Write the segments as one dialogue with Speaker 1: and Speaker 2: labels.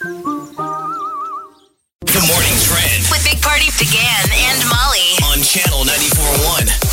Speaker 1: The morning trend
Speaker 2: With Big Party began and Molly.
Speaker 1: on channel 94.1.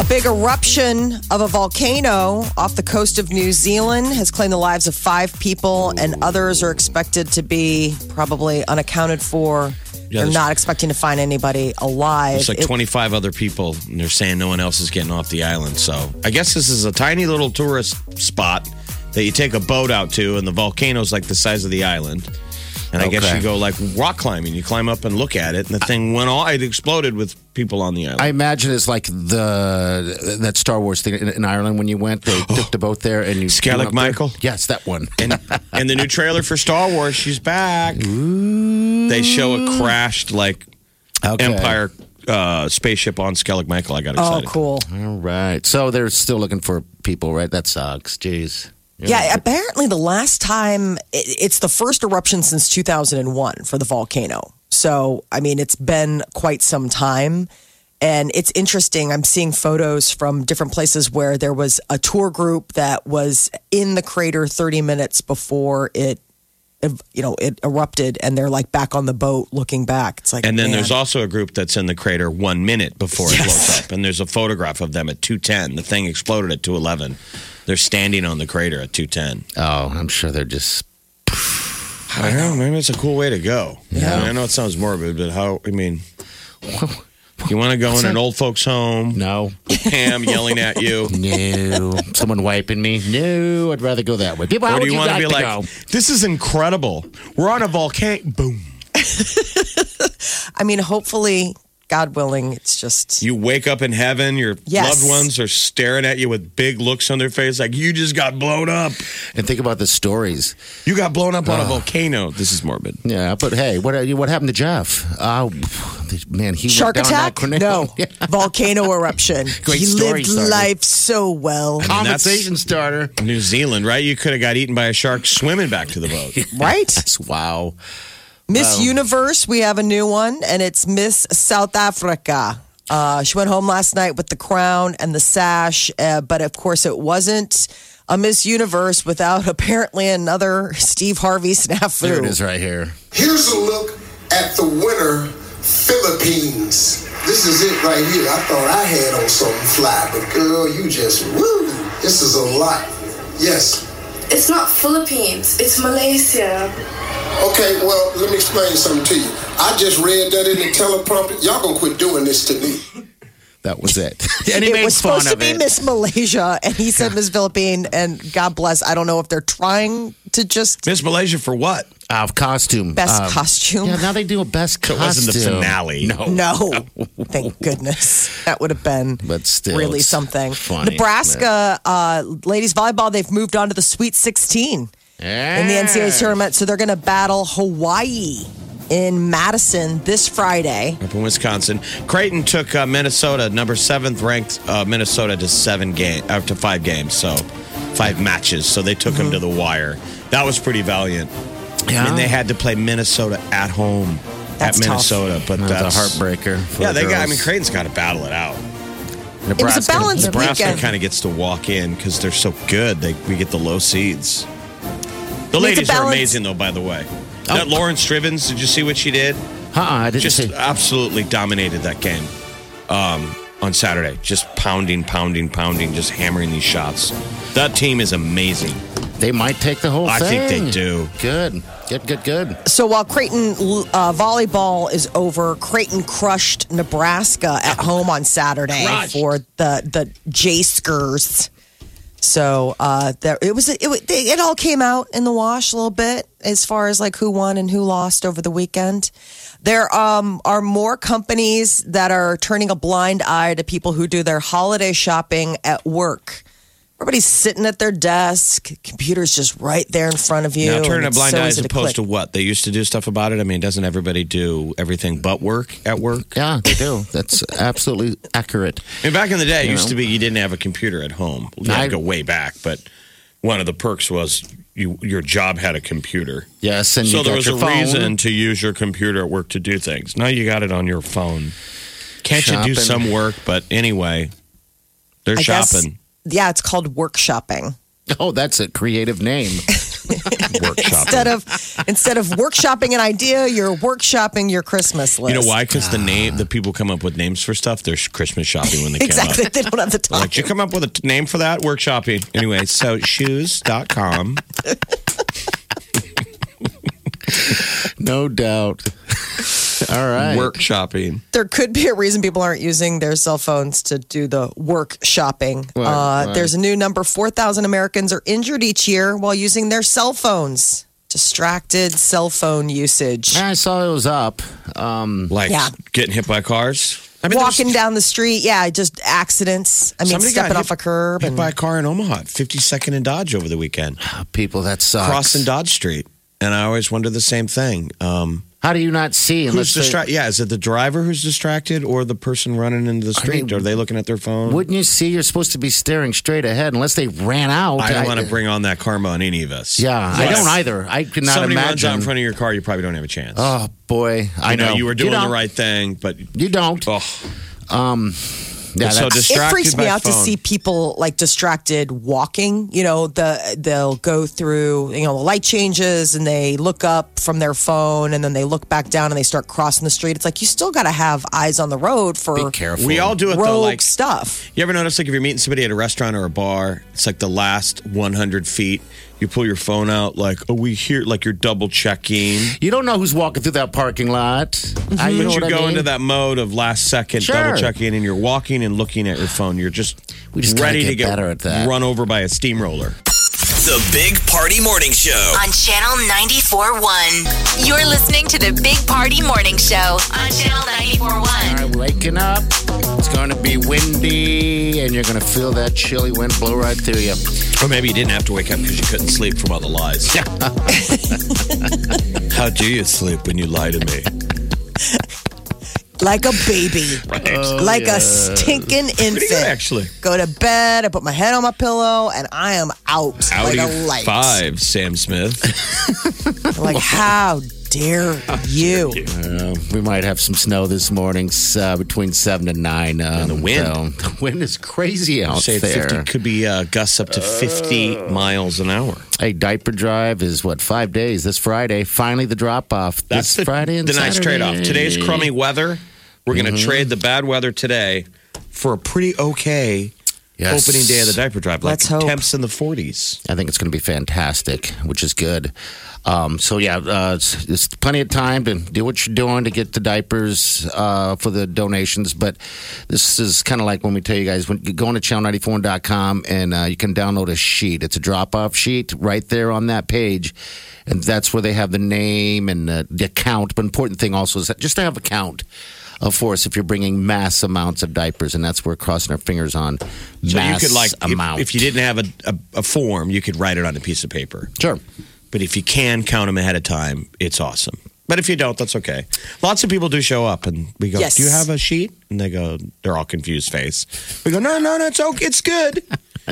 Speaker 3: A big eruption of a volcano off the coast of New Zealand has claimed the lives of five people, and others are expected to be probably unaccounted for.
Speaker 4: Yeah,
Speaker 3: They're
Speaker 4: there's-
Speaker 3: not expecting to find anybody alive.
Speaker 4: It's like
Speaker 3: It-
Speaker 4: 25 other people, and they're saying no one else is getting off the island. So I guess this is a tiny little tourist spot that you take a boat out to, and the volcano's like the size of the island. And I guess
Speaker 5: Okay.
Speaker 4: you go like rock climbing. You climb up and look at it, and the thing went all. It exploded with people on the island.
Speaker 5: I imagine it's like the that Star Wars thing in, in Ireland when you went. They took the boat there and you.
Speaker 4: Skellig
Speaker 5: you went up there.
Speaker 4: Michael?
Speaker 5: Yes, that one.
Speaker 4: and, and the new trailer for Star Wars, she's back. They show a crashed like
Speaker 5: Okay.
Speaker 4: Empire uh, spaceship on Skellig Michael. I got
Speaker 3: oh,
Speaker 4: excited.
Speaker 3: cool.
Speaker 5: All right. So they're still looking for people, right? That sucks. Jeez.
Speaker 3: Yeah, apparently the last time it- it's the first eruption since 2001 for the volcano. So, I mean, it's been quite some time. And it's interesting. I'm seeing photos from different places where there was a tour group that was in the crater 30 minutes before it, you know, it erupted, and they're like back on the boat looking back. It's like,
Speaker 4: And then there's
Speaker 3: man.
Speaker 4: also a group that's in the crater one minute before it blows up. And there's a photograph of them at 210. The thing exploded at 211. They're standing on the crater at 210.
Speaker 5: Oh, I'm sure they're just.
Speaker 4: I don't know. Maybe it's a cool way to go. Yeah. I, mean, I know it sounds morbid, but how, I mean, you want to go in an old folks' home,
Speaker 5: No.
Speaker 4: Pam yelling at you.
Speaker 5: No. Someone wiping me. No. I'd rather go that way. People, how
Speaker 4: or do
Speaker 5: would
Speaker 4: you,
Speaker 5: you,
Speaker 4: want
Speaker 5: like
Speaker 4: to be like,
Speaker 5: go?
Speaker 4: this is incredible. We're on a volcano. Boom.
Speaker 3: I mean, hopefully, God willing, it's just.
Speaker 4: You wake up in heaven. Your
Speaker 3: Yes.
Speaker 4: loved ones are staring at you with big looks on their face like, you just got blown up.
Speaker 5: And think about the stories.
Speaker 4: You got blown up on a volcano. This is morbid.
Speaker 5: Yeah, but hey, what uh, what happened to Jeff? Oh, man, he
Speaker 3: Shark
Speaker 5: went down
Speaker 3: attack?
Speaker 5: that cornet-
Speaker 3: No. Volcano eruption.
Speaker 5: Great
Speaker 3: he
Speaker 5: story,
Speaker 3: lived
Speaker 5: Sarah.
Speaker 3: life so well.
Speaker 4: I mean, that's-
Speaker 5: Conversation starter.
Speaker 4: New Zealand, right? You could have got eaten by a shark swimming back to the boat.
Speaker 3: Right?
Speaker 5: That's wow.
Speaker 3: Miss Universe, we have a new one, and it's Miss South Africa. Uh, she went home last night with the crown and the sash, uh, but of course, it wasn't a Miss Universe without apparently another Steve Harvey snafu.
Speaker 5: There it is right here.
Speaker 6: Here's a look at the winner, Philippines. This is it right here. I thought I had on something fly, but girl, you just woo. This is a lot. Yes.
Speaker 7: It's not Philippines, it's Malaysia.
Speaker 6: Okay, well, let me explain something to you. I just read that in the teleprompter. Y'all gonna quit doing this to me.
Speaker 5: That was it. and he
Speaker 3: It
Speaker 5: made
Speaker 3: was
Speaker 5: fun
Speaker 3: supposed to
Speaker 5: of
Speaker 3: be
Speaker 5: it.
Speaker 3: Miss Malaysia, and he said Miss Philippine, and God bless. I don't know if they're trying to just
Speaker 4: Miss Malaysia for what?
Speaker 5: Uh, costume.
Speaker 3: best
Speaker 5: Uh,
Speaker 3: costume.
Speaker 5: Yeah, now they do a best
Speaker 4: It
Speaker 5: costume.
Speaker 4: wasn't the finale. No.
Speaker 3: No. Thank goodness. That would have been
Speaker 5: But still,
Speaker 3: really
Speaker 5: it's
Speaker 3: something.
Speaker 5: funny,
Speaker 3: Nebraska uh, ladies volleyball, they've moved on to the Sweet 16 in the NCAA tournament. So they're going to battle Hawaii in Madison this Friday.
Speaker 4: Up in Wisconsin, Creighton took uh, Minnesota, number seventh ranked uh, Minnesota, to seven game uh, to five games, so five matches. So they
Speaker 3: Mm-hmm.
Speaker 4: took them to the wire. That was pretty valiant. I mean, they had to play Minnesota at home
Speaker 3: That's
Speaker 4: at
Speaker 3: tough.
Speaker 4: Minnesota, but
Speaker 5: That
Speaker 4: that's
Speaker 5: was a heartbreaker. For
Speaker 4: Yeah,
Speaker 5: the
Speaker 4: they got. I
Speaker 5: girls.
Speaker 4: mean, Creighton's got to battle it out.
Speaker 3: It was a balanced
Speaker 4: Nebraska
Speaker 3: weekend.
Speaker 4: kind of gets to walk in because they're so good. They we get the low seeds.
Speaker 3: It's a
Speaker 4: The ladies are
Speaker 3: balance. Oh.
Speaker 4: amazing, though. By the way, that Lauren Strivens. Did you see what she did?
Speaker 5: Uh-uh, I didn't
Speaker 4: Just uh,
Speaker 5: see.
Speaker 4: absolutely dominated that game um, on Saturday. Just pounding, pounding, pounding, just hammering these shots. That team is amazing.
Speaker 5: They might take the whole
Speaker 4: I
Speaker 5: thing.
Speaker 4: think they do.
Speaker 5: Good. Good, good, good.
Speaker 3: So while Creighton uh, volleyball is over, Creighton crushed Nebraska at home on Saturday for the the Jaskers. So uh, there, it was. It, wa- they- it all came out in the wash a little bit as far as like who won and who lost over the weekend. There um, are more companies that are turning a blind eye to people who do their holiday shopping at work. Everybody's sitting at their desk. Computer's just right there in front of you.
Speaker 4: Now, turn
Speaker 3: and
Speaker 4: a
Speaker 3: it's
Speaker 4: blind
Speaker 3: so
Speaker 4: eye as
Speaker 3: easy to
Speaker 4: opposed
Speaker 3: click.
Speaker 4: to what? They used to do stuff about it. I mean, doesn't everybody do everything but work at work?
Speaker 5: Yeah, they do. That's absolutely accurate.
Speaker 4: I mean, back in the day, it
Speaker 5: You
Speaker 4: used
Speaker 5: know.
Speaker 4: to be you didn't have a computer at home. You had to
Speaker 5: I-
Speaker 4: go way back, but one of the perks was you, your job had a computer.
Speaker 5: Yes, and
Speaker 4: so
Speaker 5: you
Speaker 4: there
Speaker 5: got
Speaker 4: was
Speaker 5: your
Speaker 4: a
Speaker 5: phone.
Speaker 4: reason to use your computer at work to do things. Now you got it on your phone. Can't you do
Speaker 5: Shopping.
Speaker 4: some work? But anyway, they're
Speaker 3: I guess-
Speaker 4: shopping.
Speaker 3: yeah, it's called workshopping.
Speaker 5: Oh, that's a creative name.
Speaker 4: Work
Speaker 3: Instead
Speaker 4: shopping.
Speaker 3: of instead of workshopping an idea, you're workshopping your Christmas
Speaker 4: You
Speaker 3: list.
Speaker 4: know why? Because the name, the people come up with names for stuff. They're sh- Christmas shopping when they came up.
Speaker 3: Exactly. They don't have the
Speaker 4: They're
Speaker 3: time.
Speaker 4: Like, did you come up with a t- name for that? Workshopping. Anyway, so shoes.com.
Speaker 5: No doubt. All right.
Speaker 4: Work shopping.
Speaker 3: there could be a reason people aren't using their cell phones to do the work shopping. uh,
Speaker 5: Right, right.
Speaker 3: There's a new number 4,000 Americans are injured each year while using their cell phones. Distracted cell phone usage.
Speaker 4: Ah,
Speaker 5: I saw it was up. Um,
Speaker 4: Like
Speaker 3: Yeah.
Speaker 4: getting hit by cars. I there was-
Speaker 3: Walking down the street, yeah, just accidents. I mean, stepping off a curb.
Speaker 4: hit
Speaker 3: And,
Speaker 4: by a car in Omaha, at 52nd and Dodge over the weekend,
Speaker 5: people, that sucks.
Speaker 4: crossing Dodge Street. And I always wonder the same thing. Um,
Speaker 5: How do you not see?
Speaker 4: who's
Speaker 5: unless they-
Speaker 4: distracted? Yeah, is it the driver who's distracted or the person running into the street?
Speaker 5: mean,
Speaker 4: Are they looking at their phone?
Speaker 5: Wouldn't you see? You're supposed to be staring straight ahead, unless they ran out.
Speaker 4: I don't want to bring on that karma on any of us.
Speaker 5: uh, Yeah, I
Speaker 4: But
Speaker 5: don't
Speaker 4: if
Speaker 5: either. I could not
Speaker 4: Somebody runs
Speaker 5: imagine.
Speaker 4: out in front of your car, you probably don't have a chance.
Speaker 5: oh boy, I
Speaker 4: you know,
Speaker 5: know
Speaker 4: you were doing the
Speaker 5: don't.
Speaker 4: right thing, but
Speaker 5: You don't.
Speaker 4: oh,
Speaker 5: Yeah,
Speaker 4: so
Speaker 5: that's-
Speaker 3: it
Speaker 4: distracted
Speaker 3: freaks me
Speaker 4: by
Speaker 3: out to
Speaker 4: phone.
Speaker 3: see people like distracted walking. You know, the they'll go through you know the light changes and they look up from their phone and then they look back down and they start crossing the street. It's like you still got to have eyes on the road for
Speaker 5: be careful.
Speaker 4: we all do it
Speaker 3: rogue
Speaker 4: though. Like
Speaker 3: stuff.
Speaker 4: You ever notice, like, if you're meeting somebody at a restaurant or a bar, it's like the last 100 feet, you pull your phone out, like, oh, we here, like, you're double checking.
Speaker 5: You don't know who's walking through that parking lot. I, you
Speaker 4: Mm-hmm.
Speaker 5: know
Speaker 4: But you
Speaker 5: what I
Speaker 4: go
Speaker 5: mean?
Speaker 4: into that mode of last second
Speaker 5: Sure.
Speaker 4: double checking, and you're walking and looking at your phone. You're just,
Speaker 5: We just gotta
Speaker 4: ready to
Speaker 5: get
Speaker 4: get
Speaker 5: better at that.
Speaker 4: run over by a steamroller.
Speaker 1: The Big Party Morning Show.
Speaker 2: on Channel 94.1. You're listening to the Big Party Morning Show on Channel 94.1.
Speaker 5: All right, waking up. It's going to be windy, and you're going to feel that chilly wind blow right through you.
Speaker 4: Or maybe you didn't have to wake up because you couldn't sleep from all the lies. How do you sleep when you lie to me?
Speaker 3: Like a baby,
Speaker 1: Uh,
Speaker 4: Oh,
Speaker 3: like a stinking
Speaker 4: Pretty good,
Speaker 3: infant.
Speaker 4: actually.
Speaker 3: Go to bed. I put my head on my pillow and I am out
Speaker 4: Audi
Speaker 3: like a light.
Speaker 4: five, Sam Smith.
Speaker 3: Like how dare you?
Speaker 5: Uh, we might have some snow this morning uh, between 7 and 9. Um, and
Speaker 4: the wind.
Speaker 5: the wind is crazy out
Speaker 4: Say
Speaker 5: there.
Speaker 4: 50 could be uh, gusts up to 50
Speaker 3: Oh.
Speaker 4: miles an hour.
Speaker 5: Hey, diaper drive is what, five days this Friday. Finally, the drop off.
Speaker 4: That's
Speaker 5: This
Speaker 4: the,
Speaker 5: Friday and
Speaker 4: the nice
Speaker 5: Saturday. Mm-hmm.
Speaker 4: trade off. Today's crummy weather. We're going to trade the bad weather today for a pretty okay
Speaker 5: Yes.
Speaker 4: opening day of the diaper drive. Like
Speaker 3: Let's hope.
Speaker 4: temps in the 40s.
Speaker 5: I think it's going to be fantastic, which is good. Um, so yeah, uh, it's, it's plenty of time to do what you're doing to get the diapers uh, for the donations. But this is kind of like when we tell you guys when you go on to channel94.com and uh, you can download a sheet. It's a drop-off sheet right there on that page, and that's where they have the name and uh, the account. But important thing also is that just to have a count. Of course, if you're bringing mass amounts of diapers, and that's where we're crossing our fingers on
Speaker 4: So
Speaker 5: mass
Speaker 4: you could like,
Speaker 5: amount.
Speaker 4: If, if you didn't have a, a, a form, you could write it on a piece of paper.
Speaker 5: sure.
Speaker 4: But if you can count them ahead of time, it's awesome. But if you don't, that's okay. Lots of people do show up, and we go,
Speaker 3: Yes.
Speaker 4: "Do you have a sheet?" And they go, "They're all confused face." We go, "No, no, no, it's okay. It's good.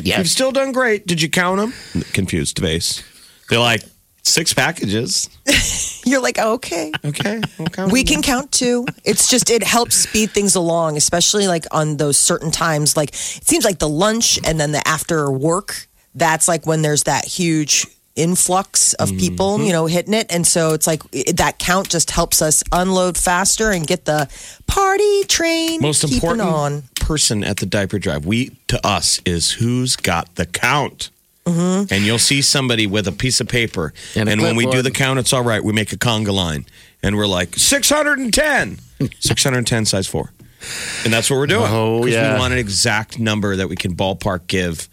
Speaker 5: Yeah.
Speaker 4: You've still done great. Did you count them?" Confused face. They're like six packages.
Speaker 3: You're like okay.
Speaker 4: Okay, we'll count
Speaker 3: We can
Speaker 4: them.
Speaker 3: count two. It's just it helps speed things along, especially like on those certain times. Like it seems like the lunch and then the after work. That's like when there's that huge influx
Speaker 4: Mm-hmm.
Speaker 3: of people, you know, hitting it, and so it's like it, that count just helps us unload faster and get the party train
Speaker 4: most
Speaker 3: keeping
Speaker 4: important
Speaker 3: on.
Speaker 4: person at the diaper drive. We to us is who's got the count. And you'll see somebody with a piece of paper.
Speaker 5: And
Speaker 4: And,
Speaker 5: a
Speaker 4: when we do
Speaker 5: clipboard.
Speaker 4: the count, it's all right. We make a conga line. And we're like, 610. 610 size four. And that's what we're doing.
Speaker 5: Oh,
Speaker 4: 'Cause
Speaker 5: yeah.
Speaker 4: we want an exact number that we can ballpark give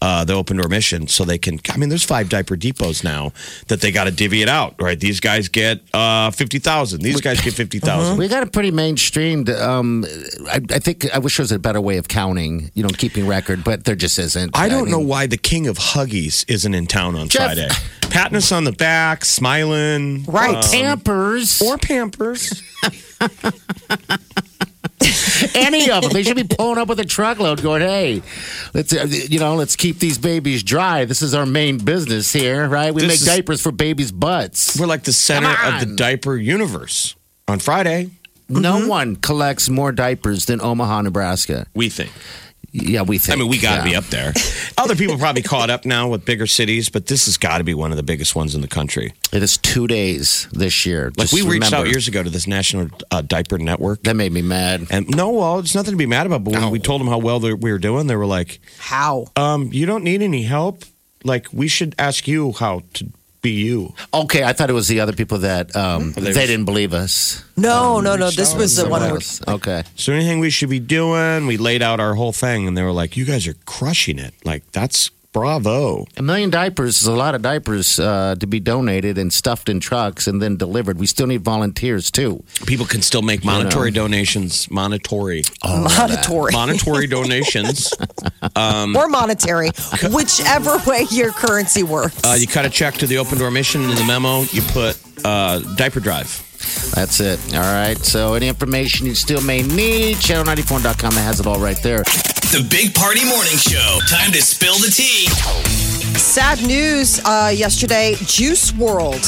Speaker 4: uh, the open door mission so they can. I mean, there's five diaper depots now that they got to divvy it out, right? These guys get uh, 50,000. These guys get 50,000.
Speaker 5: We got a pretty mainstreamed. Um, I, I think I wish there was a better way of counting, you know, keeping record, but there just isn't.
Speaker 4: I don't know
Speaker 5: mean,
Speaker 4: why the king of Huggies isn't in town on
Speaker 5: Jeff-
Speaker 4: Friday. Patting us on the back, smiling.
Speaker 5: Right,
Speaker 4: um,
Speaker 5: tampers or
Speaker 4: or Pampers.
Speaker 5: any of them. They should be pulling up with a truckload, going, "Hey, let's uh, you know, let's keep these babies dry. This is our main business here, right? We
Speaker 4: This
Speaker 5: make
Speaker 4: is-
Speaker 5: diapers for babies' butts.
Speaker 4: We're like the center
Speaker 5: Come
Speaker 4: of the
Speaker 5: on.
Speaker 4: diaper universe on Friday, mm-hmm.
Speaker 5: No one collects more diapers than Omaha, Nebraska.
Speaker 4: we think.
Speaker 5: Yeah, we think.
Speaker 4: I mean, we got to
Speaker 5: yeah.
Speaker 4: be up there. Other people probably caught up now with bigger cities, but this has got to be one of the biggest ones in the country.
Speaker 5: It is two days this year.
Speaker 4: Like
Speaker 5: Just
Speaker 4: we reached
Speaker 5: remember.
Speaker 4: out years ago to this national uh, diaper network,
Speaker 5: That made me mad.
Speaker 4: and no, well, it's nothing to be mad about. But when we told them how well they- we were doing, they were like,
Speaker 3: How?
Speaker 4: um, "You don't need any help. Like we should ask you how to be you."
Speaker 5: Okay, I thought it was the other people that um,
Speaker 4: They
Speaker 5: they,
Speaker 4: were-
Speaker 5: didn't believe us.
Speaker 3: No,
Speaker 4: Um,
Speaker 3: no, no. This was the one.
Speaker 5: Someone
Speaker 3: Where,
Speaker 5: else. Okay.
Speaker 4: Is there anything we should be doing? We laid out our whole thing, and they were like, "You guys are crushing it. Like that's bravo."
Speaker 5: A million diapers is a lot of diapers uh, to be donated and stuffed in trucks and then delivered. We still need volunteers too.
Speaker 4: People can still make monetary donations. Monetary.
Speaker 3: monetary
Speaker 4: Monetary donations.
Speaker 3: or monetary, whichever way your currency works.
Speaker 4: Uh, you cut a check to the open door mission in the memo. You put uh, diaper drive.
Speaker 5: That's it. All right. So any information you still may need, channel94.com has it all right there.
Speaker 1: The Big Party Morning Show. Time to spill the tea.
Speaker 3: Sad news uh, yesterday Juice World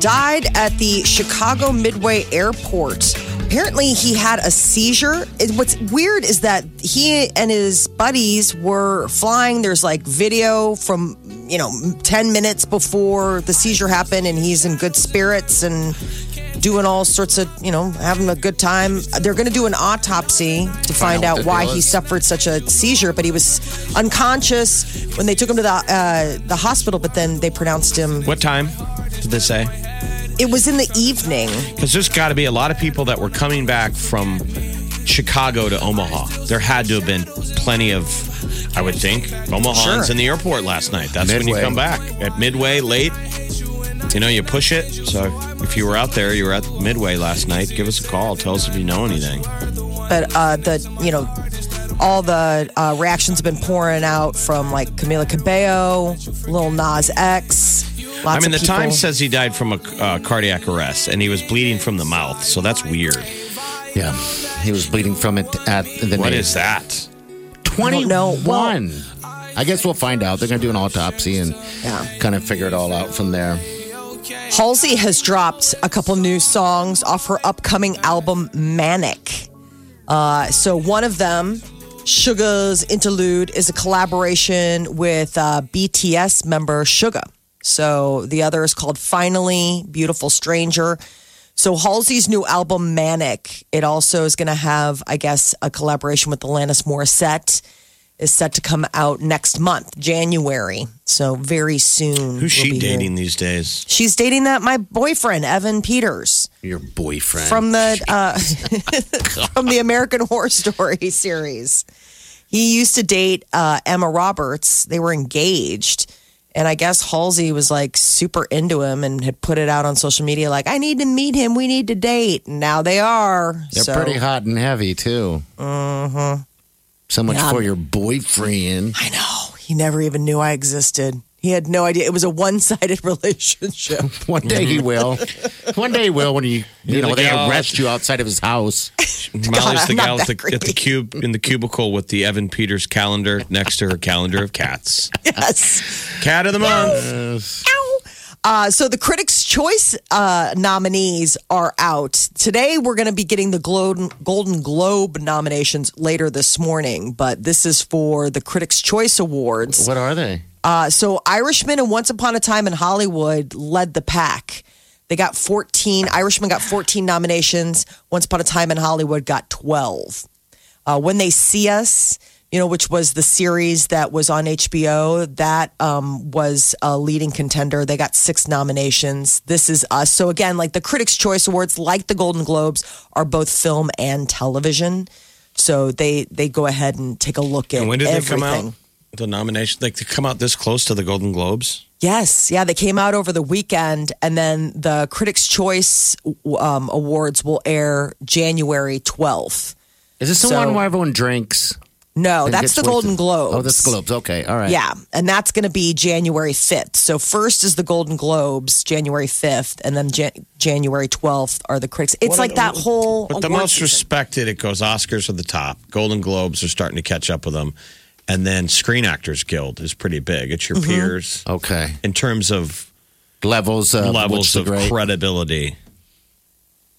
Speaker 3: died at the Chicago Midway Airport. Apparently, he had a seizure. It- What's weird is that he and his buddies were flying. There's like video from, you know, 10 minutes before the seizure happened, and he's in good spirits and doing all sorts of, you know, having a good time. They're going to do an autopsy to find,
Speaker 5: Find out
Speaker 3: out
Speaker 5: what the
Speaker 3: why
Speaker 5: deal
Speaker 3: he
Speaker 5: is.
Speaker 3: suffered such a seizure, but he was unconscious when they took him to the uh, the hospital. But then they pronounced him.
Speaker 4: What time did they say?
Speaker 3: It was in the evening.
Speaker 4: Because there's got to be a lot of people that were coming back from Chicago to Omaha. There had to have been plenty of, I would think, Omahans
Speaker 3: Sure.
Speaker 4: in the airport last night. That's when you
Speaker 5: Midway.
Speaker 4: come back at midway late. You know, you push it. So if you were out there, you were at midway last night. Give us a call. Tell us if you know anything.
Speaker 3: But uh, the you know all the uh, reactions have been pouring out from like Camila Cabello, Lil Nas X. Lots
Speaker 4: I mean, the
Speaker 3: of people.
Speaker 4: Times says he died from a uh, cardiac arrest, and he was bleeding from the mouth. So that's weird.
Speaker 5: Yeah. He was bleeding from it at the
Speaker 4: What
Speaker 5: knee.
Speaker 4: is that?
Speaker 3: I don't
Speaker 5: 21.
Speaker 3: know. Well-
Speaker 5: I guess we'll find out. They're going to do an autopsy and
Speaker 3: Yeah.
Speaker 5: kind of figure it all out from there.
Speaker 3: Halsey has dropped a couple new songs off her upcoming album Manic. Uh, so one of them, Sugar's Interlude, is a collaboration with uh, BTS member Sugar. So the other is called Finally Beautiful Stranger. So Halsey's new album Manic. It also is going to have, I guess, a collaboration with Alanis Morissette. Is set to come out next month, January. So very soon.
Speaker 4: Who's
Speaker 3: we'll
Speaker 4: she
Speaker 3: be hearing-
Speaker 4: dating these days?
Speaker 3: She's dating that my boyfriend Evan Peters
Speaker 5: Your boyfriend.
Speaker 3: from the uh, from the American Horror Story series. He used to date uh, Emma Roberts. They were engaged, and I guess Halsey was like super into him and had put it out on social media like, "I need to meet him. We need to date." And now they are.
Speaker 5: They're
Speaker 3: So- Uh-huh.
Speaker 5: pretty hot and heavy too. Mm-hmm. So much
Speaker 3: Yeah.
Speaker 5: for your boyfriend.
Speaker 3: I know. He never even knew I existed. He had no idea. It was a one-sided relationship.
Speaker 5: One
Speaker 3: Mm-hmm.
Speaker 5: day he will. One day he will when you you
Speaker 4: You're
Speaker 5: know
Speaker 4: the
Speaker 5: they
Speaker 4: gal.
Speaker 5: arrest you outside of his house.
Speaker 4: Molly's the
Speaker 3: I'm not
Speaker 4: gal at
Speaker 3: that
Speaker 4: the, at
Speaker 3: creepy.
Speaker 4: the cube in the cubicle with the Evan Peters calendar next to her calendar of cats.
Speaker 3: yes.
Speaker 4: Cat of the month.
Speaker 3: Ow. Uh, so the Critics' Choice uh, nominees are out today. We're going to be getting the Glo- Golden Globe nominations later this morning, but this is for the Critics' Choice Awards.
Speaker 5: What are they?
Speaker 3: Uh, so Irishman and Once Upon a Time in Hollywood led the pack. They got 14. Irishman got 14 nominations. Once Upon a Time in Hollywood got 12. Uh, when They See Us, you know, which was the series that was on HBO, that um, was a leading contender. They got six nominations. This Is Us. So again, like the Critics' Choice Awards, like the Golden Globes, are both film and television. So they they go ahead and take a look at
Speaker 4: And when did they
Speaker 3: everything.
Speaker 4: come out? the nomination? Like to come out this close to the Golden Globes?
Speaker 3: Yes, yeah, they came out over the weekend, and then the Critics' Choice um, Awards will air January twelfth.
Speaker 5: Is this the
Speaker 3: So-
Speaker 5: one where everyone drinks?
Speaker 3: No,
Speaker 5: and
Speaker 3: that's
Speaker 5: gets
Speaker 3: the Golden
Speaker 5: wasted?
Speaker 3: Globes.
Speaker 5: Oh, that's the Globes. Okay, all right.
Speaker 3: Yeah, and that's going to be January 5th. So first is the Golden Globes, January 5th, and then Jan- January 12th are the critics. It's like that whole
Speaker 4: But the
Speaker 3: award
Speaker 4: most
Speaker 3: season.
Speaker 4: respected, it goes Oscars are the top. Golden Globes are starting to catch up with them. And then Screen Actors Guild is pretty big. It's
Speaker 3: Mm-hmm.
Speaker 4: your peers
Speaker 5: Okay.
Speaker 4: in terms of
Speaker 5: Levels of
Speaker 4: levels
Speaker 5: which the
Speaker 4: of
Speaker 5: great-
Speaker 4: credibility.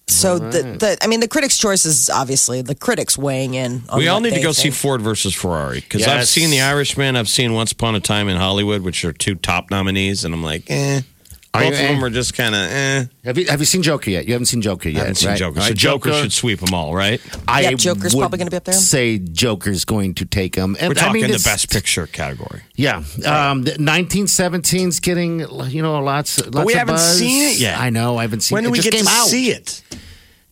Speaker 3: So the, the I mean the critics' choice is obviously the critics weighing in. On
Speaker 4: we all
Speaker 3: what
Speaker 4: need to
Speaker 3: they
Speaker 4: go see
Speaker 3: think.
Speaker 4: Ford versus Ferrari because I've
Speaker 5: Yes.
Speaker 4: seen The Irishman, I've seen Once Upon a Time in Hollywood, which are two top nominees, and I'm like, eh.
Speaker 5: Are
Speaker 4: Both
Speaker 5: you,
Speaker 4: of them
Speaker 5: eh?
Speaker 4: are just kind of eh.
Speaker 5: Have you have you seen Joker yet? You haven't seen Joker yet.
Speaker 4: I haven't seen
Speaker 5: right?
Speaker 4: Joker.
Speaker 5: All
Speaker 4: So
Speaker 5: right,
Speaker 4: Joker, should sweep them all, right?
Speaker 5: I
Speaker 3: Yeah, Joker's
Speaker 5: would
Speaker 3: probably gonna be up there.
Speaker 5: Say Joker's going to take him.
Speaker 4: We're talking
Speaker 5: I mean,
Speaker 4: the
Speaker 5: it's-
Speaker 4: best picture category.
Speaker 5: Yeah, um, the 1917's getting you know lots. lots
Speaker 4: we
Speaker 5: of
Speaker 4: haven't
Speaker 5: buzz.
Speaker 4: seen it yet.
Speaker 5: I know. I haven't seen.
Speaker 4: When do
Speaker 5: it. it
Speaker 4: we
Speaker 5: just
Speaker 4: get
Speaker 5: came
Speaker 4: to
Speaker 5: out.
Speaker 4: see it?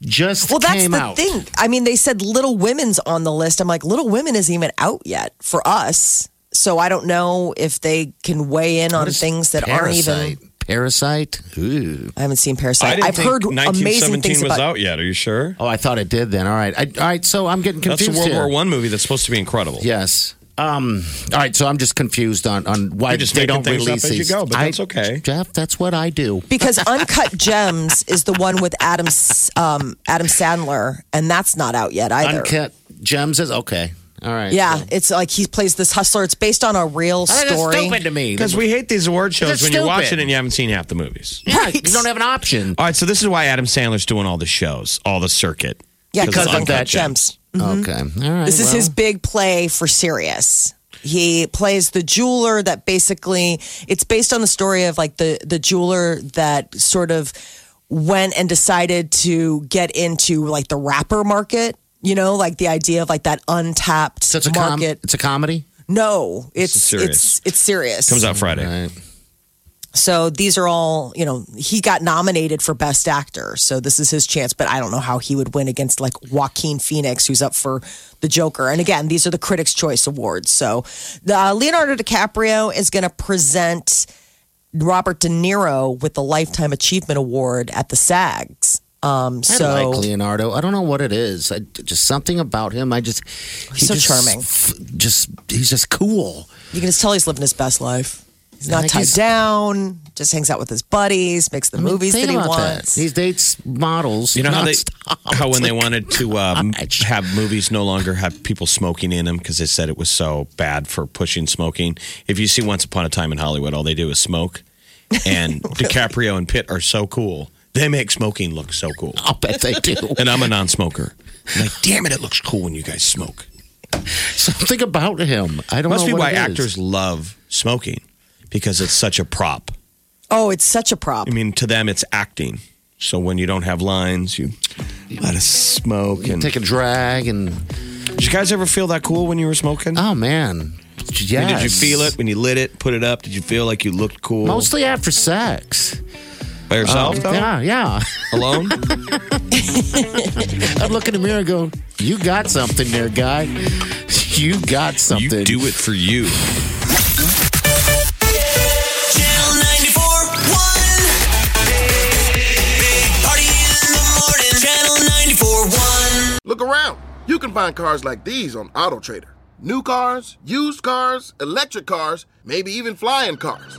Speaker 5: Just
Speaker 3: Well, that's
Speaker 5: came
Speaker 3: the
Speaker 5: out.
Speaker 3: thing. I mean, they said Little Women's on the list. I'm like, Little Women isn't even out yet for us. So I don't know if they can weigh in on
Speaker 5: What is
Speaker 3: things that aren't even.
Speaker 5: Parasite? Parasite. Ooh.
Speaker 3: I haven't seen
Speaker 4: I
Speaker 3: Parasite.
Speaker 4: didn't
Speaker 3: I've
Speaker 4: think
Speaker 3: heard
Speaker 4: 1917
Speaker 3: amazing things
Speaker 4: was
Speaker 3: about.
Speaker 4: out yet. Are you sure?
Speaker 5: Oh, I thought it did then. All right. I, all right. So I'm getting
Speaker 4: That's
Speaker 5: confused
Speaker 4: a World
Speaker 5: here.
Speaker 4: War One movie that's supposed to be incredible.
Speaker 5: Yes. Um, all right. So I'm just confused on on why
Speaker 4: You're just
Speaker 5: they
Speaker 4: making
Speaker 5: don't
Speaker 4: things up
Speaker 5: release
Speaker 4: as you
Speaker 5: these.
Speaker 4: go, but
Speaker 5: I-
Speaker 4: that's okay.
Speaker 5: Jeff, that's what I do.
Speaker 3: because Uncut Gems is the one with Adam S- um, Adam Sandler, and that's not out yet either.
Speaker 5: Uncut gems is okay. All right.
Speaker 3: Yeah,
Speaker 5: so-
Speaker 3: it's like he plays this hustler. It's based on a real
Speaker 5: Oh, that's
Speaker 3: story.
Speaker 5: stupid to me.
Speaker 4: Because we hate these award shows
Speaker 5: They're
Speaker 4: when you're watching
Speaker 5: stupid.
Speaker 4: it and you haven't seen half the movies.
Speaker 5: Yeah, you don't have an option.
Speaker 4: All right, so this is why Adam Sandler's doing all the shows, all the circuit.
Speaker 3: Yeah, because
Speaker 4: it's
Speaker 3: of
Speaker 4: Uncut
Speaker 3: Uncut Gems.
Speaker 5: Okay. All right.
Speaker 3: Mm-hmm. This is
Speaker 5: well.
Speaker 3: his big play for Sirius. He plays the jeweler that basically it's based on the story of like the the jeweler that sort of went and decided to get into like the rapper market. You know, like the idea of like that untapped
Speaker 5: So it's a com-
Speaker 3: market.
Speaker 5: It's a comedy.
Speaker 3: no,
Speaker 4: is
Speaker 3: it's
Speaker 4: serious.
Speaker 3: it's it's serious.
Speaker 4: Comes out Friday.
Speaker 5: All right.
Speaker 3: So these are all, you know, he got nominated for Best Actor. So this is his chance, but I don't know how he would win against like Joaquin Phoenix, who's up for the Joker. And again, these are the Critics' Choice Awards. So uh, Leonardo DiCaprio is going to present Robert De Niro with the Lifetime Achievement Award at the SAGs. Um,
Speaker 5: I
Speaker 3: so
Speaker 5: like Leonardo. I don't know what it is. I, just something about him. I just he's
Speaker 3: so
Speaker 5: just,
Speaker 3: charming.
Speaker 5: f- Just he's just cool.
Speaker 3: you can just tell he's living his best life. He's
Speaker 5: I
Speaker 3: not
Speaker 5: think
Speaker 3: tied
Speaker 5: he's-
Speaker 3: down, just hangs out with his buddies, makes the
Speaker 5: I mean,
Speaker 3: movies
Speaker 5: think
Speaker 3: that he
Speaker 5: about
Speaker 3: wants.
Speaker 5: He dates models.
Speaker 4: You know how they,
Speaker 5: nonstop.
Speaker 4: how when
Speaker 5: It's
Speaker 4: they
Speaker 5: like,
Speaker 4: wanted to um,
Speaker 5: gosh.
Speaker 4: have movies no longer have people smoking in them because they said it was so bad for pushing smoking. If you see Once Upon a Time in Hollywood, all they do is smoke, and DiCaprio and Pitt are so cool. They make smoking look so cool.
Speaker 5: I'll bet they do.
Speaker 4: And I'm a non-smoker. I'm like, damn it, it looks cool when you guys smoke.
Speaker 5: something about him. I don't
Speaker 4: Must
Speaker 5: know
Speaker 4: be
Speaker 5: what
Speaker 4: why
Speaker 5: it is.
Speaker 4: actors love smoking because it's such a prop.
Speaker 3: oh, it's such a prop.
Speaker 4: I mean, to them, it's acting. So when you don't have lines, you let us smoke.
Speaker 5: You
Speaker 4: And
Speaker 5: take a drag and
Speaker 4: did you guys ever feel that cool when you were smoking?
Speaker 5: oh man,
Speaker 4: I
Speaker 5: yes.
Speaker 4: mean, did you feel it when you lit it, put it up? Did you feel like you looked cool
Speaker 5: Mostly after sex.
Speaker 4: by yourself though,
Speaker 5: Yeah, yeah.
Speaker 4: alone?
Speaker 5: I'd look in the mirror and go, "You got something there, guy. You got something."
Speaker 4: You do it for you.
Speaker 1: Channel 94.1. Big Party in the morning. Channel 94.1.
Speaker 8: Look around. You can find cars like these on AutoTrader. New cars, used cars, electric cars, maybe even flying cars.